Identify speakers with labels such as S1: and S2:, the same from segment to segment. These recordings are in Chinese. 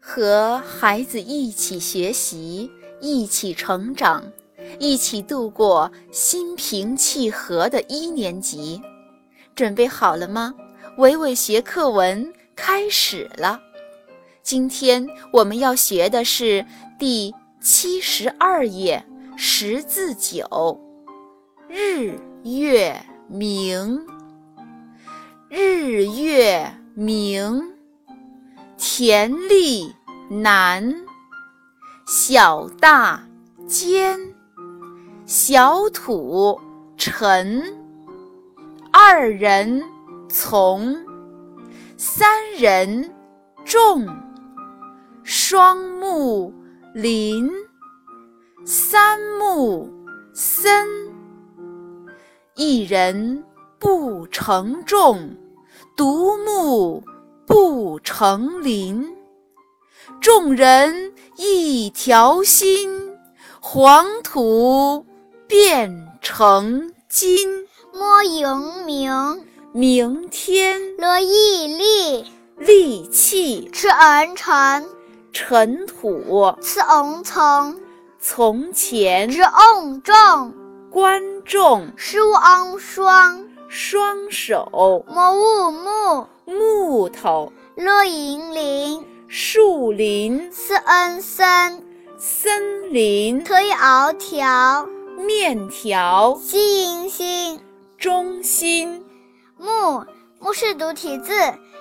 S1: 和孩子一起学习，一起成长，一起度过心平气和的一年级。准备好了吗？伟伟学课文开始了。今天我们要学的是第七十二页十字九，日月明，日月明。田力难，小大坚，小土沉。二人从，三人众。双木林，三木森。一人不承重，独木。不成林，众人一条心，黄土变成金。
S2: 莫迎明，
S1: 明天
S2: 乐毅力，
S1: 利器
S2: 吃恩臣，
S1: 尘土，
S2: 吃恩从，
S1: 从前
S2: 知恩重，
S1: 观众
S2: 失恩双，
S1: 双手
S2: 莫误木，
S1: 木头
S2: 乐盈林，
S1: 树林
S2: 思恩森，
S1: 森林
S2: 特意翱条，
S1: 面条
S2: 西迎心，
S1: 中心。
S2: 木木是独体字，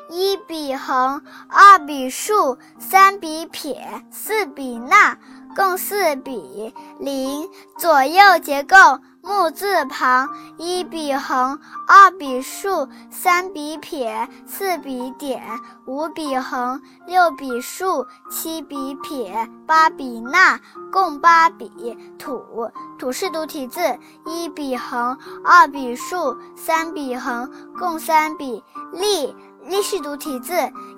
S2: 一笔横，二笔竖，三笔撇，四笔捺，共四笔。零左右结构木字旁，一笔横，二笔竖，三笔撇，四笔点，五笔横，六笔竖，七笔撇，八笔捺，共八笔。土土是独体字，一笔横，二笔竖，三笔横，共三笔。立立是独体字，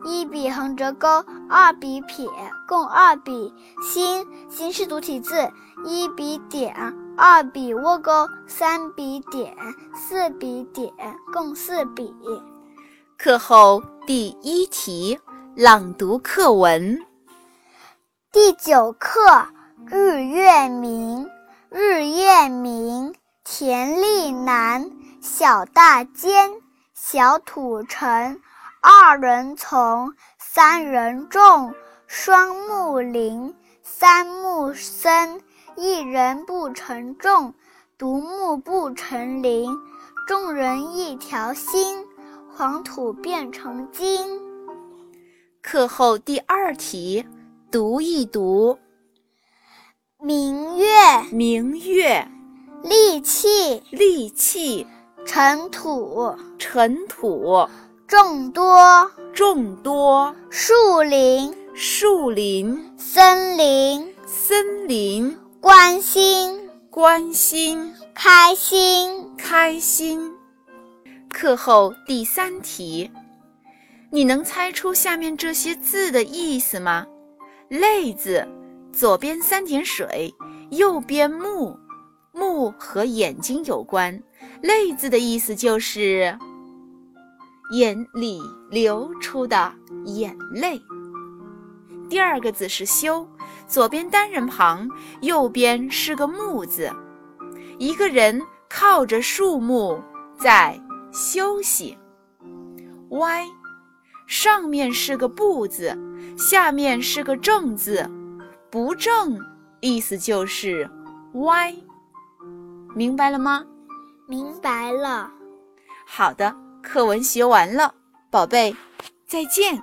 S2: 一笔横折钩，二笔撇，共二笔。心心是独体字，一笔点，二笔窝钩，三笔点，四笔点，共四笔。
S1: 课后第一题，朗读课文。
S2: 第九课，日月明，日月明，田力难，小大坚，小土沉，二人从，三人众，双木林，三木森，一人不承重，独木不成林，众人一条心，黄土变成金。
S1: 课后第二题，读一读
S2: 明月，
S1: 《明月》
S2: 利器，
S1: 利器。
S2: 尘土，
S1: 尘土
S2: 众多，
S1: 众多，
S2: 树林，
S1: 树林、
S2: 森林，
S1: 森林，
S2: 关心，
S1: 关心、
S2: 开心，
S1: 开心。课后第三题，你能猜出下面这些字的意思吗？累字，左边三点水，右边目，目和眼睛有关。累字的意思就是眼里流出的眼泪。第二个字是修，左边单人旁，右边是个木字。一个人靠着树木在休息。歪，上面是个不字，下面是个正字，不正意思就是歪，明白了吗？
S2: 明白了。
S1: 好的，课文学完了，宝贝，再见。